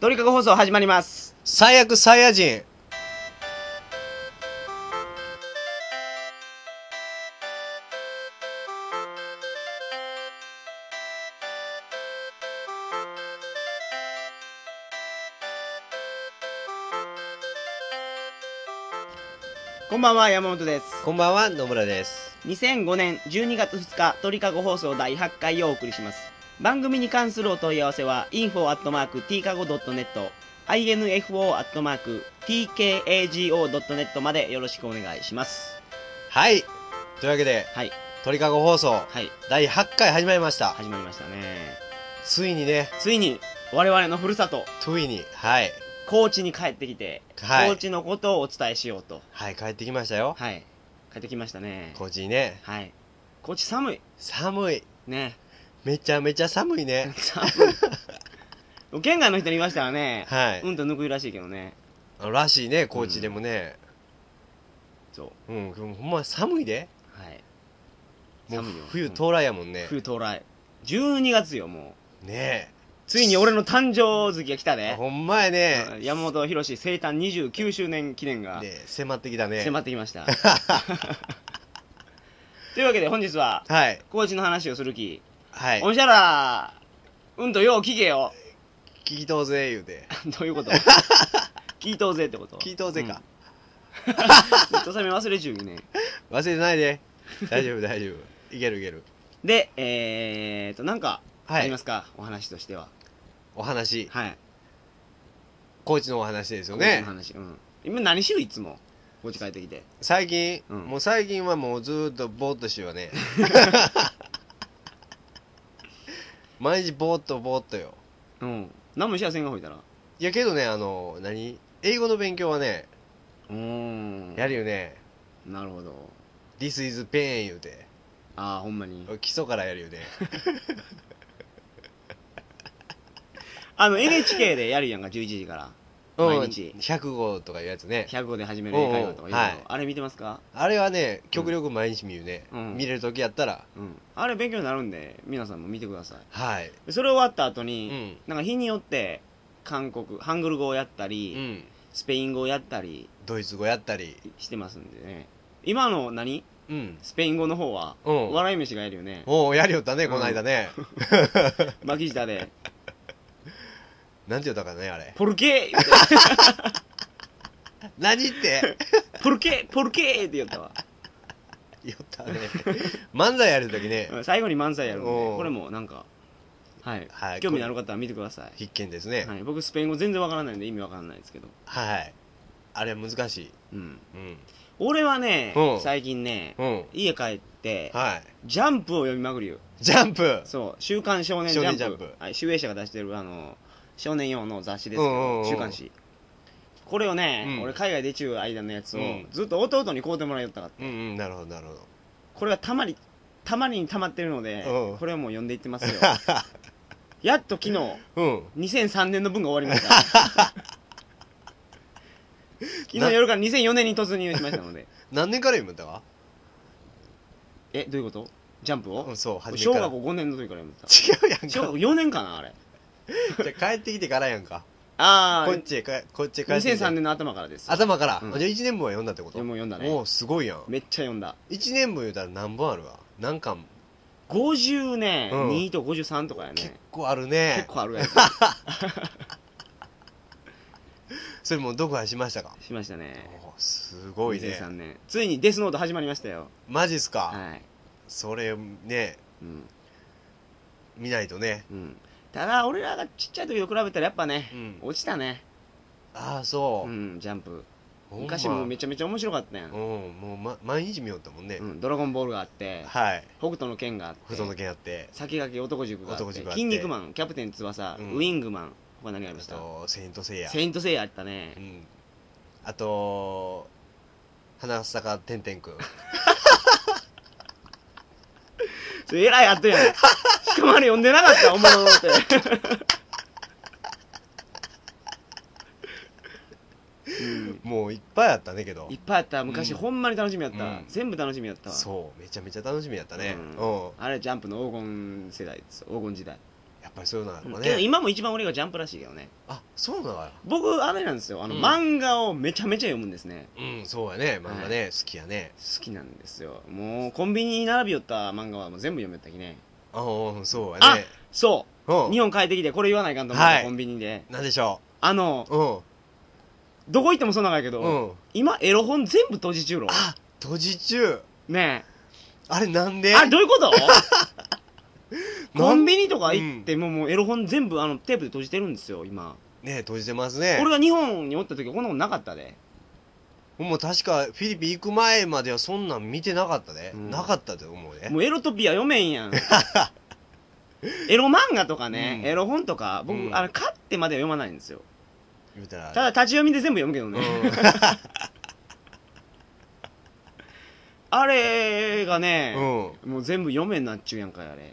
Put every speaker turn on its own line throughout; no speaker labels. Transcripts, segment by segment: ドリカゴ放送始まります。
最悪サイヤ人。
こんばんは、山本です。
こんばんは、野村です。
2005年12月2日、鳥かご放送第8回をお送りします。番組に関するお問い合わせは、info.tkago.net、info.tkago.net までよろしくお願いします。
はい。というわけで、
はい、
鳥かご放送、
はい、
第8回始まりました。
始まりましたね。
ついにね、
ついに、我々のふるさと、
ついに、はい。
高知に帰ってきて、
はい
高知のことをお伝えしようと。
はい、帰ってきましたよ。
はい、帰ってきましたね。
こっちにね、
はい。高知寒い。
寒い。
ね。。
めちゃめちゃ寒いね
寒い。県外の人に言いましたらね、
はい。
うんとぬくいらしいけどね。
あのらしいね、高知でもね。
そう。
うん、でもほんま寒いで。
はい。
もう
寒いよ
冬到来やもんね。
冬到来。12月よ、もう。
ね
ついに俺の誕生月が来た
え。
ね。
ほんまやね。
山本博士生誕29周年記念が
ね迫ってきたね。
迫ってきました。 というわけで本日は、
はい。
高知の話をするき、
はい。
おんしゃら、うんとよう聞けよ。
聞きとうぜ、言うて。
どういうこと 聞いとうぜってこと
聞いとうぜか。
うん。ずっとさめ忘れちゅうね。
忘れてないで。大丈夫、大丈夫。いける、いける。
で、えーと、なんか、あ
は
り
い
ま。すかお話としては。
お話。
はい。
コーチのお話ですよ
高知の
ね。
話。うん。今何しよういつも。高知帰ってきて。
最近、
うん
もう最近はもうずーっとぼーっとしよ うね。毎日ぼーっとぼーっとよ。
うん。何もしやせんがほいたら。
いやけどね、あの、何英語の勉強はね、
うーん。
やるよね。
なるほど。
This is pain 言うて。
ああ、ほんまに。
基礎からやるよね。
あの、NHK でやるやんか、11時から。毎日
うん、100号とかいうやつね。
100号で始める英会話とかいうの、
うんうんはい
あれ見てますか
あれはね、極力毎日見るね。
うん
見れる時やったら。
うん。あれ勉強になるんで、皆さんも見てください
はい。。
でそれ終わった後
う
に、
ん。
なんか日によって、韓国、ハングル語をやった
う
り、
ん。
スペイン語をやったり
ドイツ語やったり。
してますんでね。今の何
うん。
スペイン語の方は、
うん。
笑い飯がやるよね。
おおやりよったねこの間ね、
巻き舌で、
なんて言ったかね あれ
ポルケー言うて
何って
ポルケーポルケーって言ったわ。
言ったね漫才やるときね
最後に漫才やるんで、
おう
これもなんか、はい。
はい
興味のある方は見てください。
必見ですね
はい、僕、スペイン語全然わからないんで意味わからないですけど。
はい、あれは難しい
うん。
うん
俺はね
う、ん
最近ね、
うん
家帰って、
はい
ジャンプを読みまくるよ。
ジャンプ
そう、週刊少年ジャンプ。
少年ジャン
はい、集英社が出してる、あの、少年用の雑誌ですけ
うんうん
ど
う、ん
週刊誌。これをね、
うん
俺海外でちゅう間のやつを、
うん
ずっと弟に買うてもらえよったかった。
うんうんなるほどなるほど
これがたまり、たまりにたまってるので
う、ん
これはもう読んでいって ますよ。やっと昨日、
うん
2003年の分が終わりま した。昨日夜から2004年に突入しましたので。
何年から読むんだか
え、どういうことジャンプ
う
を
んそう初め
小
か
学
ら
校5年の時から読んでた。
違うやんかじ
小
ゃ
学校4年かなあれ。
あ帰ってきてからやんか
あ
こっ
ー、
ちへかこっちへ帰ってきて
2003年の頭からです。
頭から、
うん
あじゃあ1年分は読んだってこ
で
と
もう読んだ
お
ね。
おすごいやん
めっちゃ読んだ。
1年分言うたら何本あるわ何巻
50ね、
うん
2と53とかや
結
ね。
構あるね
結構あるやつ。
それもう読破しましたか
しましたね。
おーすごいね
2003年。ついにデスノート始まりましたよ。
マジっすか、
はい。
それね
うん。
見ないとね
うん。ただ、俺らがちっちゃい時と比べたらやっぱね、
うん
落ちたね。
ああそう
う、ん、ジャンプ。
ほんま
昔もめちゃめちゃ面白かったや
う
ん。
んもう、ま、毎日見よったもんね、
うん、ドラゴンボールがあって、
はい
北斗の剣があって、
布団の件やって
先駆け男塾があっ
男
て
塾、があって
筋肉マン、キャプテン翼、
うん
ウィングマン、他何があ
あ
りました
と「セイント・セイヤ」
セイントセイヤあったね
う。ん、あと「花坂てんてんくん」
それえらいあったや ん。しかもあれ読んでなかった、おもろって。うん
もういっぱいあったねけど
いっぱいあった昔、
うん
ほんまに楽しみやった、
うん
全部楽しみやったわ
そうめちゃめちゃ楽しみやったね
う
うんん、
あれジャンプの黄金世代です黄金時代
やっっぱりそういうのなのか
けど
ね。
今も一番俺がジャンプらしいけどね
あ、そうなのや。
僕あれなんですよあの、
うん
漫画をめちゃめちゃ読むんですね
うん、そうやね。漫画ね、好きやね。
好きなんですよもうコンビニに並び寄った漫画はもう全部読めたきね
あうん、そうやね。
そうう、
ん
日。本帰ってきてこれ言わないかんと思って、
はい
コンビニで
なんでしょ
あの
う。うん。
どこ行ってもそうなんやけど、
うん。
今エロ本全部閉じ中ろ
あ、閉じ中。
ね
あれ なん
え
で
あれどういうことコン
ビ
ビニとか行っても,、もうエロ本全部あのテープで閉じてるんですよ今、
ね閉じてますね。
俺が日本におった時はこんなことなかったで
もう確かフィリピン行く前まではそんなん見てなかったで。
うん
なかったと思う ね。
もうエロトピア読めん やんエロ漫画とかね、
うん
エロ本とか僕、
うん
あの買ってまでは読まないんですよ
言うたら。
ただ立ち読みで全部読むけど
うん、
ね、あれがね、
うん。
もう全部読めんなっちゅうやんかいあれ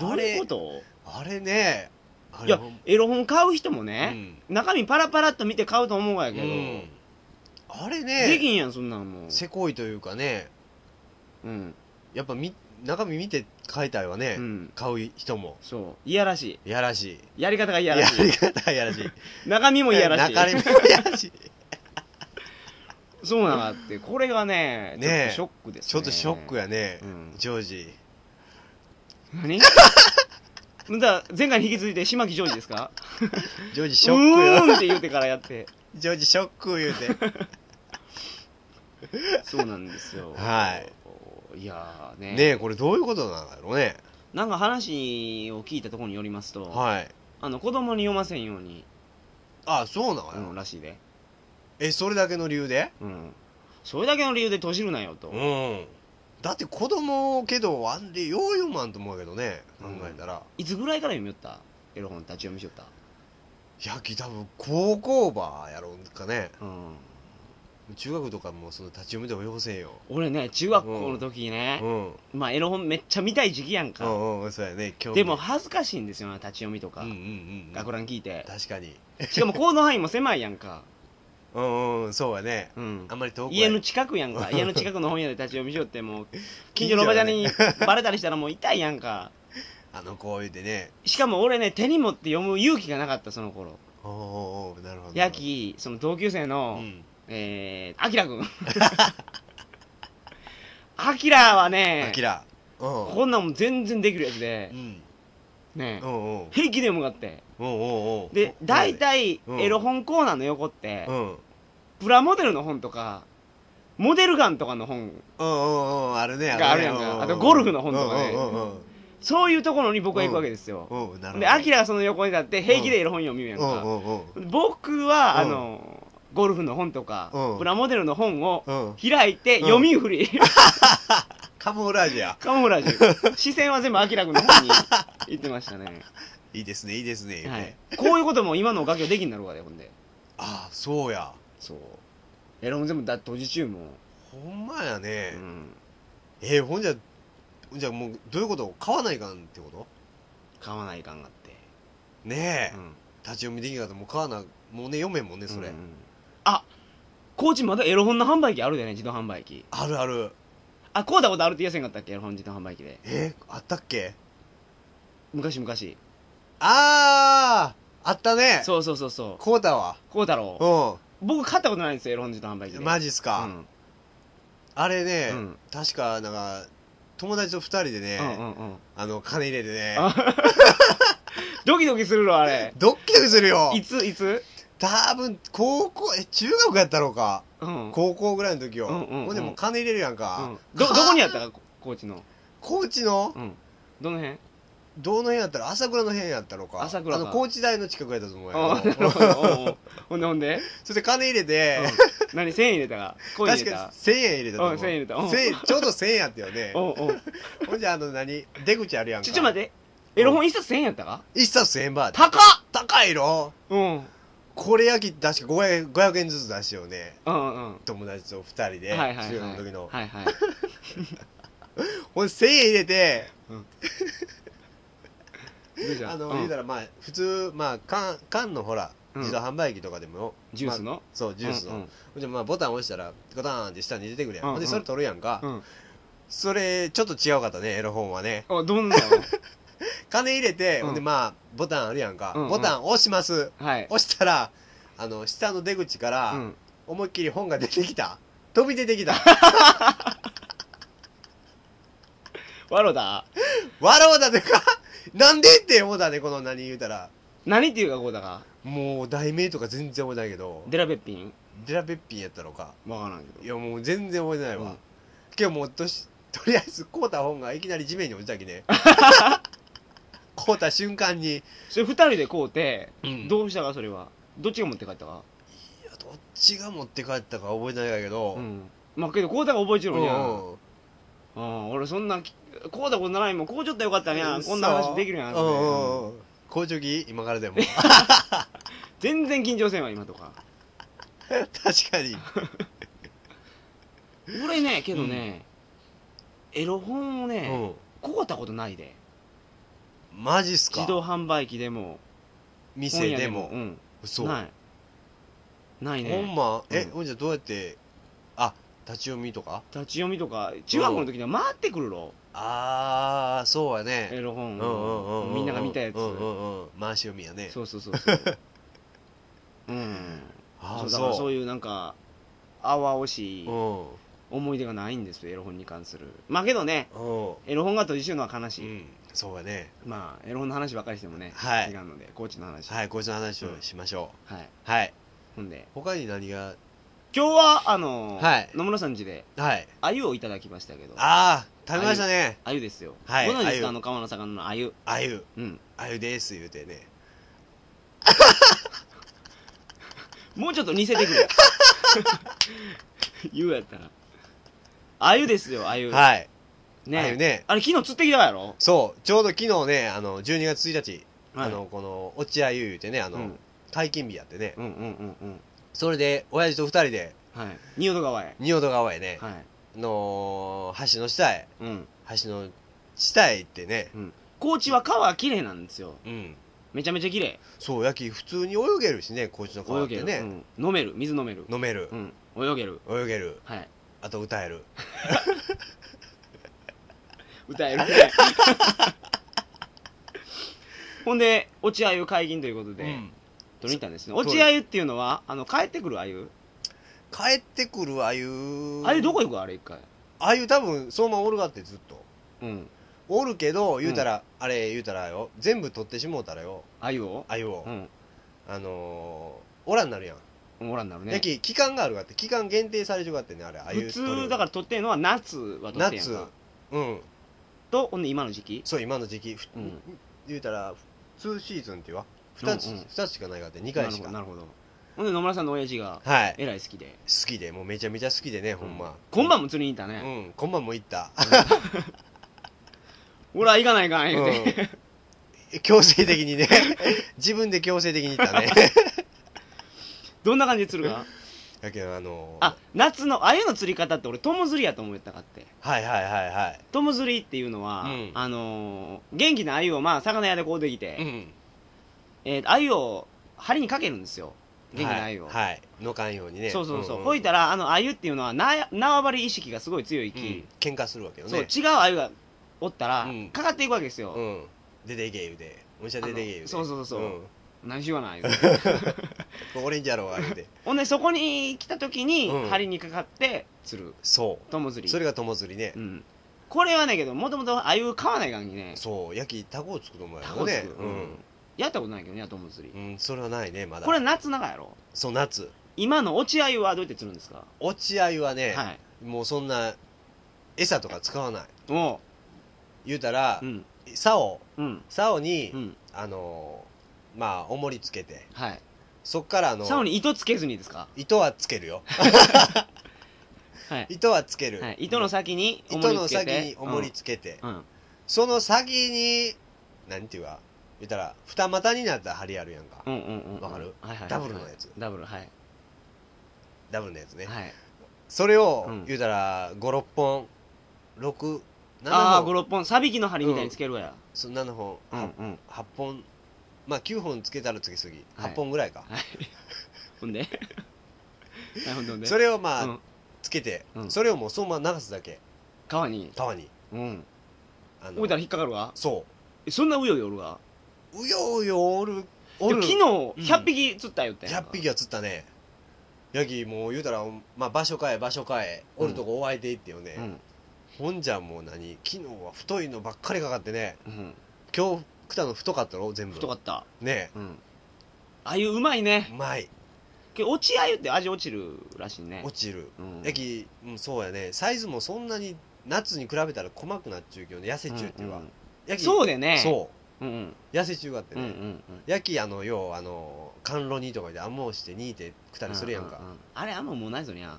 ど
あ
ういう
れ
こ、と
あれね。あれ
いや
ほん
エロ本買う人も
う
ね、
ん。
中身パラパラっと見て買うと思うがやけど、
うんあれ
でき
ね、
んやんそんなんもう、
せこいというかね、
うん
やっぱみ中身見て書いたいわね
う。ん
買う人も。
そういやらし
いやらし
いやり方がい
い。
やらしい
り方がいやらしい。
中身もいやらしい
中身もいやら しい。
そうなのあってこれがね
ねえ
ちょっとショックです、ね、
ちょっとショックやね
う。ん
ジョージ。
何だ前回に引き続いて島木ジョージですか
ジョージ
シ
シ
ョ
ョ
ッ
ックよ。
うーんって言うてからやって
ジョージショック言うて。
そうなんですよいいやーね
ねえ、これどういうことなんだろうね。
なんか話を聞いたところによりますと、
はい。
あの子供に読ませんように、
あ、そうなの
う
よ
ん、らしいで、
え、それだけの理由で
うん、それだけの理由で閉じるなよと、
うん。だって子供けど、あんでよう読まんと思うけどね、考えたら。
いつぐらいから読みよったエロ本立ち読みしよった、
やき多分、高校ばやろうかね。
うん、
中学とかもその立ち読みとかよせんよ。
俺ね中学校の時ね
う、ん。
まあエロ本めっちゃ見たい時期やん
う
か、
んうん、そうやね。興味
でも、恥ずかしいんですよな立ち読みと
う
か、
んうんうん。
学ラン聞いて
確かに。
しかも行動範囲も狭いやんか、
うんうん、そうやね。
うん
あ、んまり遠くへ
家の近くやんか 家の近くの本屋で立ち読みしようってもう近所のおばちゃんにバレたりしたらもう痛いやんか
あの子言うてね。
しかも俺ね手に持って読む勇気がなかったその頃
おーおーおーなるほど。
や。きその同級生
う
の、
ん。
えー、あきらく んあきらは
あ
ね
きら。うん。
こんなんもん全然できるやつで
うん。
ね
うんうん。うん
平気で読むがって
うんうん。
で大体
うん
エロ本コーナーの横って
うん。うん
プラモデルの本とかモデルガンとかの本
うんうん。あるね。
があるやんかあとゴルフの本とかね
ね。うんうん
そういうところに僕は行くわけですよ、
うんうん。うん、なるほど。
で、アキラがその横に立って平気でエロ本読みよやん
うんう
か。
んうん。
僕は、あ
うん
の、ゴルフの本とか
う、ん
プラモデルの本を
うん。
開いて
うん
読み振 り。
カモフラージュや。
カモフラージュ。視線は全部アキラ君の方に行ってましたね。
いいですね、いいですね。言うて
はい。こういうことも今のおかげできんなるわで、ほんで。
ああ、そうや。
そう。エロ本全部だ閉じ中も。
ほんまや
う
ね。
ん。
えー、ほんじゃ、ほんじゃもう、どういうこと買わないかんってこと
買わないかんがって。
ねえ
う。ん。
立ち読みできなかったらもう買わな、もうね、読めんもんね、それ。
うん。あ高知まだエロ本の販売機あるでね、自動販売機。
あるある。
あ、こうだことあるって言いやせんかったっけエロ本自動販売機で。
えー、あったっけ
昔昔。
あああったね。
そうそうそうそう。
こうだわ。
こうだろう。
う
僕買ったことないんですよエロ本自動販売機で
ん。マジっす
う
か。
ん
あれね、
うん
確か、なんか、友達と二人でね、
うんうんうん
あの、金入れてね、
あドキドキするのあれ
ドッキドキするよ
いついつ
多分、高校、え、中学やったろうか。
うん
高校ぐらいの時よ。
うんうんうん
ほんでもう金入れるやん
う
か
ん。どどこにあ
あ
ったかこ高知の
高知の
う、んどの辺
どの辺やったら朝倉の辺やったろうか。
朝倉
あ
か
の、高知大の近くやったと思う
あ
よ
な。るほどおうおうほんでほんで
そして金入れて、
うん何1000円入れたかコイン入
確
れ
か
た
1000円入れたと思
う
う。
ん1000円入れたうん
1000円ちょうど1000円やったよね。
おうおう
ほんじゃ、あの、何出口あるやんか。
ちょちょっと待ってエロ本一冊1000円やったか
て。一冊1000円バーで。
高っ
高いろ
うんうん
これ焼き、確か500 500円ずつ出しようね。
うんうん
友達と二人で、
はいはいは
中
い
学の時の。
はい はい
ほんで1000円入れて、
どうした
あの、
うん
言うたらまあ、普通、まあ、缶、缶のほら、
うん
自動販売機とかでも、
ジュース
まあ
の
そう、ジュースの。
う
ほ
ん
んで、まあ、ボタン押したら、ガターンって下に出てくるやん。
うん
ほんで、それ取るやんか。
うんうん
それ、ちょっと違うかったね、エロ本はね。
あどんなの
金入れて、
うん
ほんでまあ、ボタンあるやんか。
うんうん
ボタン押します。
はい。
押したら、あの、下の出口か
う
ら、
ん。
思いっきり本が出てきた。飛び出てきた。
わろだ。
笑うだでかなんでって思うだね、この何言うたら。
何っていうかこうだか。
もう、題名とか全然覚えてないけど、
デラべっぴん
デラべっぴんやったのか。
わからんけど。
いや、もう全然覚えてないわ。今日もうとし、とりあえず、こうた本がいきなり地面に落ちた きね。こうた瞬間に、
それ二人でこうて、
うん
どうしたかそれは。どっちが持って帰ったか。
いやどっちが持って帰ったか覚えてないけど、
うん。まあけど、こうだが覚えてるのにゃん。
うん
うん。俺そんな、こうだこんなないもん。こうちょっとよかったね。
うん
こんな話できるやん。
そう
うん
うん工場着今から でも
全然緊張せんわ、今とか。
確かに
俺ね、けどね、エロ本をね、
う
こうたことないで。
んマジっすか
自動販売機でも、
店
本屋
でも
うん。
嘘
な
ほ
い。ない
ん
ね。
まえ
うん
ほんじゃどうやってあ立ち読みとか
立ち読みとか、中学校の時には回ってくるろ。
ああそうや
エ
ね
ロ本
うんうんうんうん
みんなが見たやつ。
うんうんうん回し読みやね
そうそうそうそう。 うん。
あ
そ
あ
うだからそ
そうう
いうなんか、あわおしい
うん
思い出がないんですよ、エロ本に関する。まあけどね、
うん
エロ本が閉じてるのは悲
う
しい。
んそうやね
まあ、エロ本の話ばっかりしてもね、
はい
違うので、コーチの話。
はいこいつの話をしましょ
はい。
うはい
ほんで、
他に何が
今日は、あの、
はい
野村さん家で、
はい
鮎をいただきましたけど、
ああ食べましたね
鮎ですよ。
はい
ご存知ですか
鮎
あの、川の魚の鮎。
あゆ
うん。
あゆです言うてね
もうちょっと似せてくれ。 言うやったら。鮎ですよ、鮎。
はい
ね
あゆね
あれ、昨日釣ってきたやろ
そうちょうど昨日ねあの12月1日、
はい
あのこの落合ゆう言うてねあの、
うん
解禁日やってね
うんうんうんうん。
それで親父と2人で
はい。仁淀川へ。
仁淀川へね、
はい。
の橋の下へ
うん。
橋の下へ行ってね
高知は川綺麗なんですよ。
うん
めちゃめちゃ綺麗。
そうやき普通に泳げるしね高知の川
泳
っ
げ
て
る、
ね、
うん。飲める。水飲める。
飲める
う、ん。泳げる。
泳げる
はい。
あと歌える
歌 えるね。ほんで、落ち鮎解禁ということで、
うん
取りに行ったんですね。落ち鮎っていうのは、あの、帰ってくる鮎
帰ってくるあゆ
鮎どこ行くあれ一回。
あゆ多分そのままおるがってずっと
うん。
おるけど言うたら、あれ言うたらよ全部取ってしもうたらよ
鮎を
あゆを、
うん。
あのー、オラになるやん、
おらんなる
や
ね。
き期間があるがって期間限定されちゃうがってねあれあ
普通、だからら取ってんのは夏は取ってんやん
夏
か。
うん
と、ほんで今の時期
そう今の時期、ふ
うん
言うたら2シーズンっていうわ
うんうん
2つ,、二つしかないがって2回しか
なるほど。なるほどほんで野村さんの親父が、
はい
えらい好きで。
好きでもうめちゃめちゃ好きでねほんま、
今晩も釣りに行った
う
ね。
ん今晩も行った、
ほら、行かないかん、
う
言うて。
ん、 強制的にね自分で強制的に行っ たね
どんな感じで釣るか
やけどあのー
あ、夏の、あゆの釣り方って俺、トム釣りやと思ったかって。
はいはいはいはい
トム釣りっていうのは、
うん
あのー元気なアユを、まあ、魚屋でこうできて、
うん
えー、アユを針にかけるんですよ。元気なアユを。
はい、はい、のかんようにね
そうそうそう。
んん
ほいたら、あの、アユっていうのは、な、縄張り意識がすごい強い
うん
き、
喧嘩するわけよ
そう、
ね
違うアユがおったら、
うん
かかっていくわけですよ。
うん。出ていけ言うて。お店出ていけ言う
あの
て。
そうそうそうそうん何しようか な、アユ。。
これオレンジやろうが言うて。
ほんで、そこに来た時に、
うん
針にかかって釣る。
そ
トム釣
う。
り。
それが友釣りね
う。ん。これはね、けど、もともとアユ買わないからにね、
そう。焼き、タコを作るもんや
タ
ろ
コ
ね
釣。る。
う
うん
ん。
やったことないけどね、トム釣り
う。ん、それはないね、まだ。
これ、夏長やろ
そう、夏。
今の落ち鮎はどうやって釣るんですか
落合はね、
はい。
もうそんな、餌とか使わない。
おう。
言うたら
う、ん。
竿、
うん。
竿
う
に、
ん。
あのー、まあ、重りつけて、
はい。
そっからあの、
竿に糸つけずにですか
糸はつけるよ。
はい。
糸はつける。
はい。糸の先に重
糸
り
の
つけ
先
て。
に重りつけて、
うん。うん。
その先に、なんていうか、言ったら、二股になった針あるやんか。
うんうんうん。
わかる
はいはい。
ダブルのやつ
ダブル、はい。
ダブルのやつね。
はい。
それを、
うん
言うたら、5、6本、6、
あ
7
あ、5、
本、
6本。サビキの針みたいにつけるわや。
そ7本、
うん
は
うん。
8本、まあ9本つけたらつけすぎ。
はい
8本ぐらいか。
はい。ほ んではい、ほんでほんで。
それをまあ、
うん
つけて、
うん
それをもうそのまま流すだけ、
川に。
川に。
うん。
あの
置いたら引っかかるわ。
そう。
そんなうようよるが
うようよおるお
で
る
昨日100匹釣ったよって、
100匹は釣ったねヤギもう言うたら、まあ、場所変え場所変えおるとこお相手いってよね、
うん、
ほんじゃもう何昨日は太いのばっかりかかってね
うん、
今日食ったの太かったろ全部
太かった、
ね
うん、ああいううまいね
えうまい
けど落ちあゆって味落ちるらしいね
落ちる
うん
ヤギ、うん、そうやねサイズもそんなに夏に比べたら細くなっちゅうけどね痩せちゅうっていうわ、
んん
ヤギ
そう
う
でね
そ
うんうん
う痩せちゅうがあって
うんう
ね、
んうん
ヤギあの要はあの甘露煮とかで暗号して煮いて食ったりするやんか
う、ううあれあんまもうないぞにゃ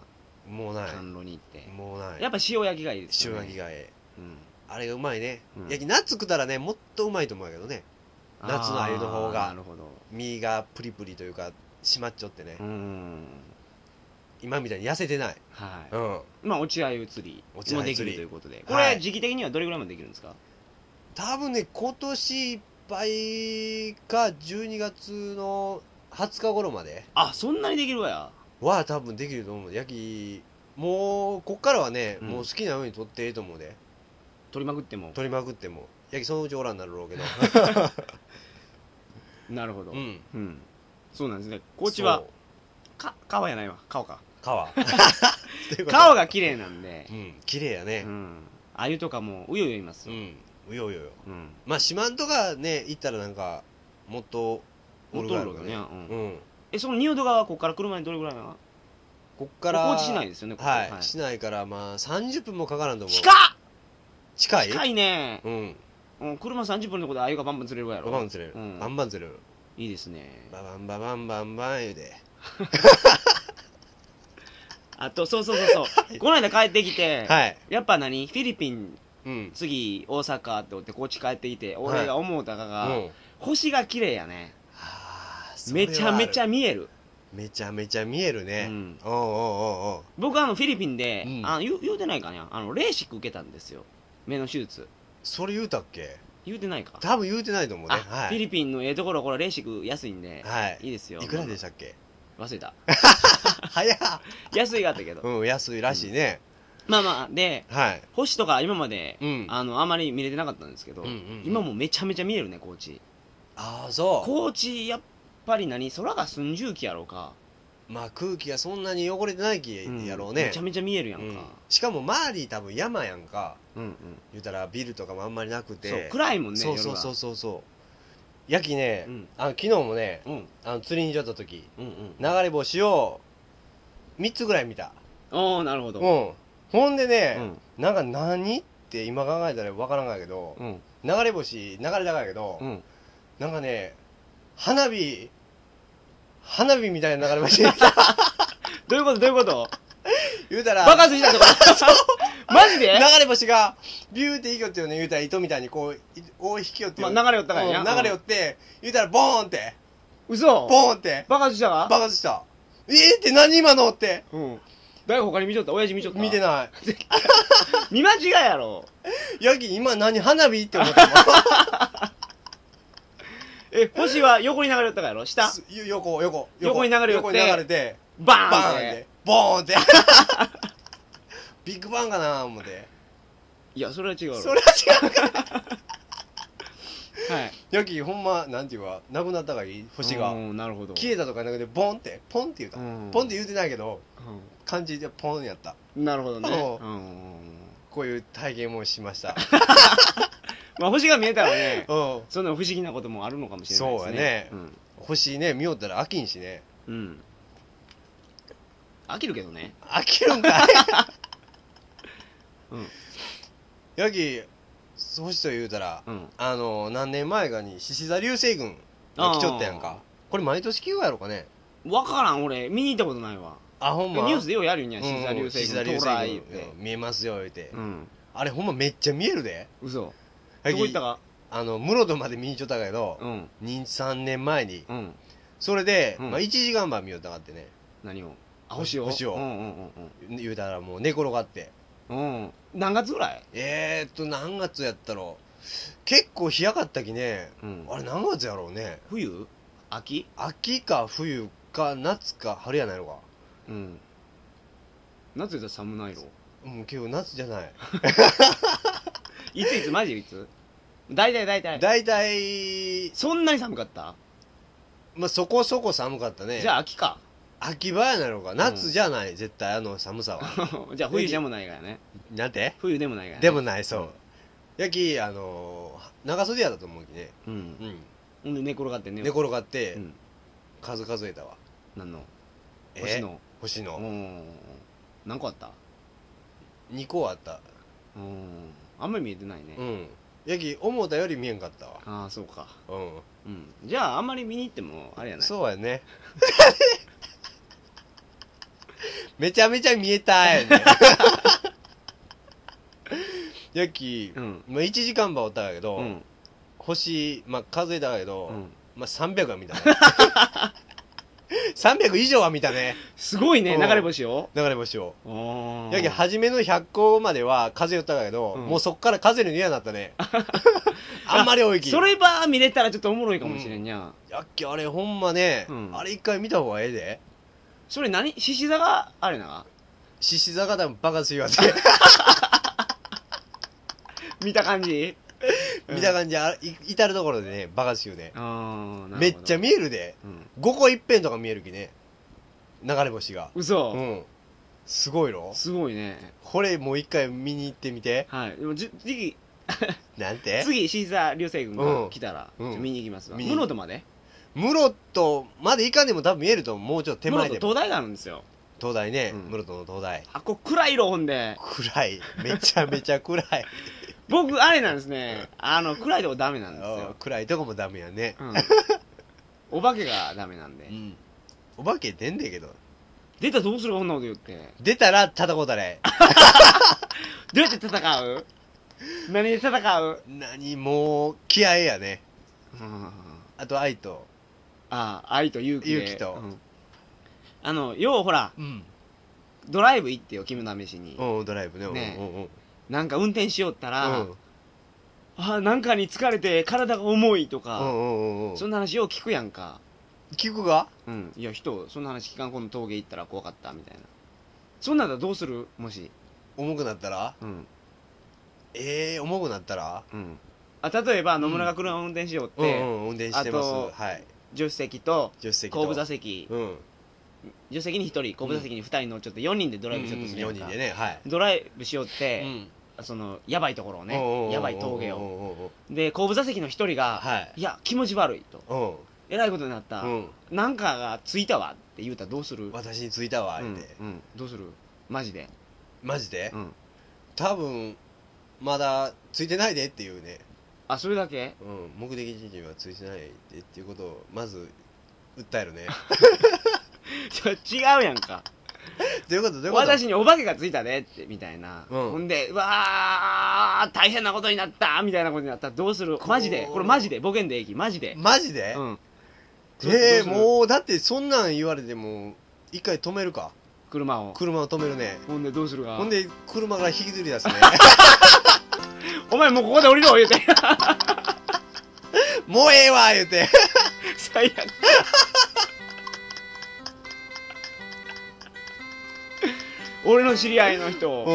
もうない
甘露煮って
もうない
やっぱ塩焼きがいいですよ
塩
ね
ヤギがええ
うん
あれがうまいね、
うん
焼きナッツ食ったらねもっとうまいと思うけどね夏の鮎の方が
あーなるほど
身がプリプリというか締まっちゃってね、
うん
今みたいに痩せてない、
はい
うん、
まあ、落ち鮎釣り
落ち
も
鮎
でき
釣
る
り
ということで、こ
は
れ、
い
時期的にはどれぐらいまでできるんですか
多分ね今年いっぱいか12月の20日頃まで
あ、そんなにできるわや。
は多分できると思う焼きもうこっからはね、
うん
もう好きなように取っていいと思うで
取りまくっても。
取りまくっても焼きそのうちおらんなるろうけど
なるほど。
う。ん
うん、そうなんですね。高知は
そう、
か、川やないわ。顔か。
川ということで
顔が綺麗なんで
う、ん綺麗やね
うん。鮎とかも、うようよいます
う
よ。
ん、うようよよ
うん。
まあ島んとかね行ったらなんかもっと
もっとおるわね。う。
うんん
え、その仁淀川はここから車にどれぐらいなの
こっから
高知市内ですよね、ここ
はい、市内からまあ30分もかからんと思う
近っ
近い
近いね。
うん
うん、車30分のとこで鮎がバンバン釣れるわや
バ
ろ。
バン釣れる、
うん
バンバン釣れる
いいですね。
ババンババンバンバン言うで
あと、そうそうそう そう。この間帰ってきて、
はい
やっぱ何フィリピン
うん
次大阪っておって高知帰ってきて
はい
俺が思うたかが、
うん
星が綺麗やね
あーそれ
め
は
ちゃめち
あ
ゃ
る
見える、
めちゃめちゃ見え
う
るね、
ん、
おうおうおうおう
僕あのフィリピンで、
うん
あ言う言うてないかねあのレーシック受けたんですよ目の手術
それ言うたっけ
言うてないか、
多分言うてないと思うね
あ、
は
フィ
い
リピンのええところこれレーシック安いんで、
はい
い、いですよ
いくらでしたっ け
忘れた
早っ
安いがあったけど
うん安いらしいね、
まあまあで
はい
星とか今まで、
うん
あのあまり見れてなかったんですけど、
うんうんうん
今もうめちゃめちゃ見えるね高知
ああそう
高知やっぱり何空が寸重機やろうか
まあ空気がそんなに汚れてないきやろうね
めちゃ、めちゃ見えるやん
うん
か、
しかも周り多分山やんか
うんうん
言うたらビルとかもあんまりなくて
そう暗いもんね
そうそうそうそうそうやきね、
うん
あの昨日もね
夜はうん
あの釣りに行っちゃった時
うんうん
流れ星を3つぐらい見た
おおなるほ
う
ど
んほんで
う
ね、
ん
なんか何って今考えたらわからんがやけど、
うん
流れ星流れ高やけど、
うん
なんかね花火花火みたいな 流れ星
どういうことどういうこと
言うたら
爆発したってことマジで
流れ星がビューっていいよってよね言うたら糸みたいにこうい大引きよってよ、
まあ流れよったから
う
や
ん流れよって言うたらボーンって
嘘
ボーンって
爆発したか
爆発したえー、って何今のって
うん誰か他に見ちゃった親父見ちゃった
見て
な
な
見間違いやろ
いヤギ今何花火って思ったも
え星は横に流れよったからやろ下
ん横横
横に流れよって
横に流れて
バ
バ
ーンっ
ーンっててボーンって ビッグバンかな思って
いやそれは違うやろ
それは違う
はい
ヤギほんまなんていうかなくなったからいい星が
うんなるほど
消えたとかじゃなくてボンってポンって言うた、
うん
ポンって言うてないけど漢字でポンやった
うんなるほどね
う
うんうんうん
こういう体験もしました。
まあ星が見えたらね
うん。
そんな不思議なこともあるのかもしれないですね
そう
やね
星ね、見よったら飽きんしね。
うん、うん、飽きるけどね
飽きるんかい
うん
ヤギ、星と言うたら、
うん
あの、何年前かに獅子座流星群が来ちょったやんか。これ毎年来ようやろかね。
分からん俺見に行ったことないわ
あ、ほん
ニ
ま。
ュースでようやるん
う
や
ん
シザ流星
獅子座流
群
星
到来っ
群
て
うん見えますよ、言うて
う。ん
あれほんまめっちゃ見えるで。
嘘ど
ヤギ
こ行ったか
あの、室戸まで見に行っちょったけど
う、ん
認知3年前に。
うん
それで、
うん
まあ1時間前見よったかってね。
何をあ星を
星を
うんうん
言うたらもう寝転がっ
うんう
て。
んうん何月ぐらい
えー、っと何月やったろ結構冷やかったきね
うん
あれ何月やろうね
冬秋
秋か冬か夏か春やないのか
うん夏やったら寒ないろ
うん結構夏じゃない
いついつマジでいつ大体大体
大体、
そんなに寒かった、
まあ、そこそこ寒かったね
じゃあ秋か
秋葉やなのか夏じゃない、絶対あの寒 さは
じゃあ冬でもないからね
なんて
冬でもないから、ね、
でもないそうやきあの長袖やだと思うきね、
うん
うん、
ほんで寝転がってね
寝転がって、
うん
数数えたわ
何の
え
星の
星
う
の
ん何個あった
2個あった
うんあんまり見えてないね、
うんやき思ったより見えんかったわ
ああそうか
うん
うんじゃああんまり見に行ってもあれやない
そうやね めちゃめちゃ見えたいね やき、
うん
まあ、1時間ばおったんやけど、
うん
星、まあ、数えたんやけど、
うん
まあ、300は見たね 300以上は見たね
すごいね
うん
流れ星を
流れ星を
お
やけ初めの100個までは風寄ったんやけど、
うん
もうそっから風の嫌になっ たねあんまり多いき
それば見れたらちょっとおもろいかもしれんにゃ、
やっけあれほんまね、
うん
あれ一回見た方がええで
それ何獅子座があれな
獅子座が多分バカすぎわって
見た感じ
見た感じあい至る所でねバカすぎるね
ああ
めっちゃ
見、
見えるで
うん、
5個いっぺんとか見えるきね流れ星が
嘘、
うんすごいろ
すごいね
これもう一回見に行ってみて
はいでもじ次
なんて
次獅子座流星群
う
が
ん
来たら、
うん
ちょ見に行きますわ
見に
室戸まで
室戸まで行かんでも多分見えると思うもうちょっと手前
室
で
戸
も
東大があるんですよ
東大ね、
うん
室戸の東大
あこ暗いろほんで
暗いめちゃめちゃ暗 い
僕あれなんですねあの暗いとこダメなんです
うん
よ、
暗いとこもダメやね、
うん、お化けがダメなんで
うん、お化け出んねんけど
出たらどうするかこんなこと言って
出たら叩こう たれ
どうやって戦う何で戦う、
何もう気合やね
うん、
あと愛と
ああ愛と勇気で
勇気と
うんあのようほら
うん、
ドライブ行ってよ君の試しに、
うん、ドライブね
ね
うんうんうん
なんか運転しよったら、
うん
あなんかに疲れて体が重いと
う
か、
んうんうんうん
そんな話よう聞くやんか
聞くが
うんいや人そんな話聞かんこの峠行ったら怖かったみたいなそんなんだどうするもし
重くなったら
うん
ええ重くなったら
うんあ例えば野村が車を運転しようっ
うん
て、
うん運転してま
あと
すはい
助手席と
助手席と
後部座席
うん
助手席に1人後部座席に2人のちょっと4人でド
ド
ライブしようとするやんか、
人でねはい
ドライブしようって、
うん
そのやばいところを
うんうんうんうん
ねやばい峠
う
を
んうんうん
で後部座席の一人が、
はい
い、や気持ち悪いと
うん
えらいことになった、
うん
なんかがついたわって言うたらどうする
私に着いたわ
う
言
ん
うて
うんどうするマジで、
マジで
うん、
多分まだついてないでっていうね、
あそれだけ
うん、目的地にはついてないでっていうことをまず訴え るね
ちょ 違うやんか
どういうことどういうこと
私にお化けがついたでってみたいな、
うん
ほんでうわー大変なことになったみたいなことになったらどうするマジでこれマジでボケんでいいきマジで、
マジで、
うん、
えー、
どうする
もうだってそんなん言われても一回止めるか
車を
車を止めるね
ほんでどうするか
ほんで車が引きずり出すね
お前もうここで降りろ言うて
もうええわ言う て
最 悪俺の知り合いの
うん
人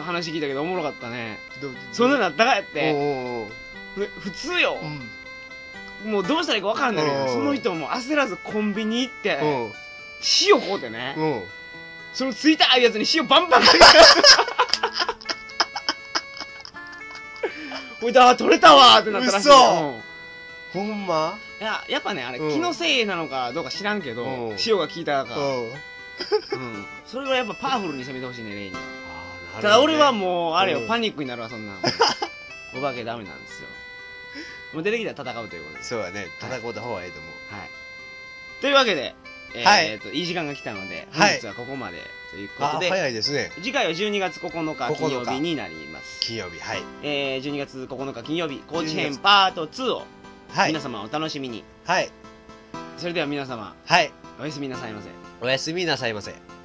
話聞いたけどおもろかったね
ど
そんななったかやっ
おう
て
おうおう
ふ普通よ
うん
もうどうしたらいいか分からんないけ
う
ど
ん
その人も焦らずコンビニ行って
うん
塩買うてね
うん
そのついたあいうやつに塩バンバン かけてほいであー取れたわーってなったらしいよ
嘘
うん
ほんま
いややっぱねあれ
うん
気のせいなのかどうか知らんけど
うん
塩が効いた
う
か
ん
らうんそれぐらいやっぱパワフルに攻めてほしいねレイに
あーなるほどね
ただ俺はもうあれよ
うん
パニックになるわそんなん お化けダメなんですよもう出てきたら戦うということ です
そうやね叩こうた方がええと思う
はいというわけでえー
はい
えーといい時間が来たので
は
本
い
日はここまでというこ
あ
と
ー
で
早いですね
次回は12月9日金曜日になります
金曜日はい
えー12月9日金曜日高知編
12月
パート2を
はい
皆様お楽しみに
はい
それでは皆様
はい
おやすみなさいませ
おやすみなさいませ